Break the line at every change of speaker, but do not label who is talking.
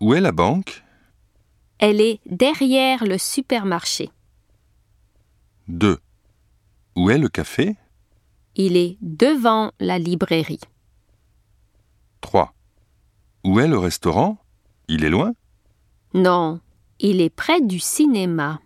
Où est la banque
Elle est derrière le supermarché.
2. Où est le café
Il est devant la librairie.
3. Où est le restaurant Il est loin
Non, il est près du cinéma.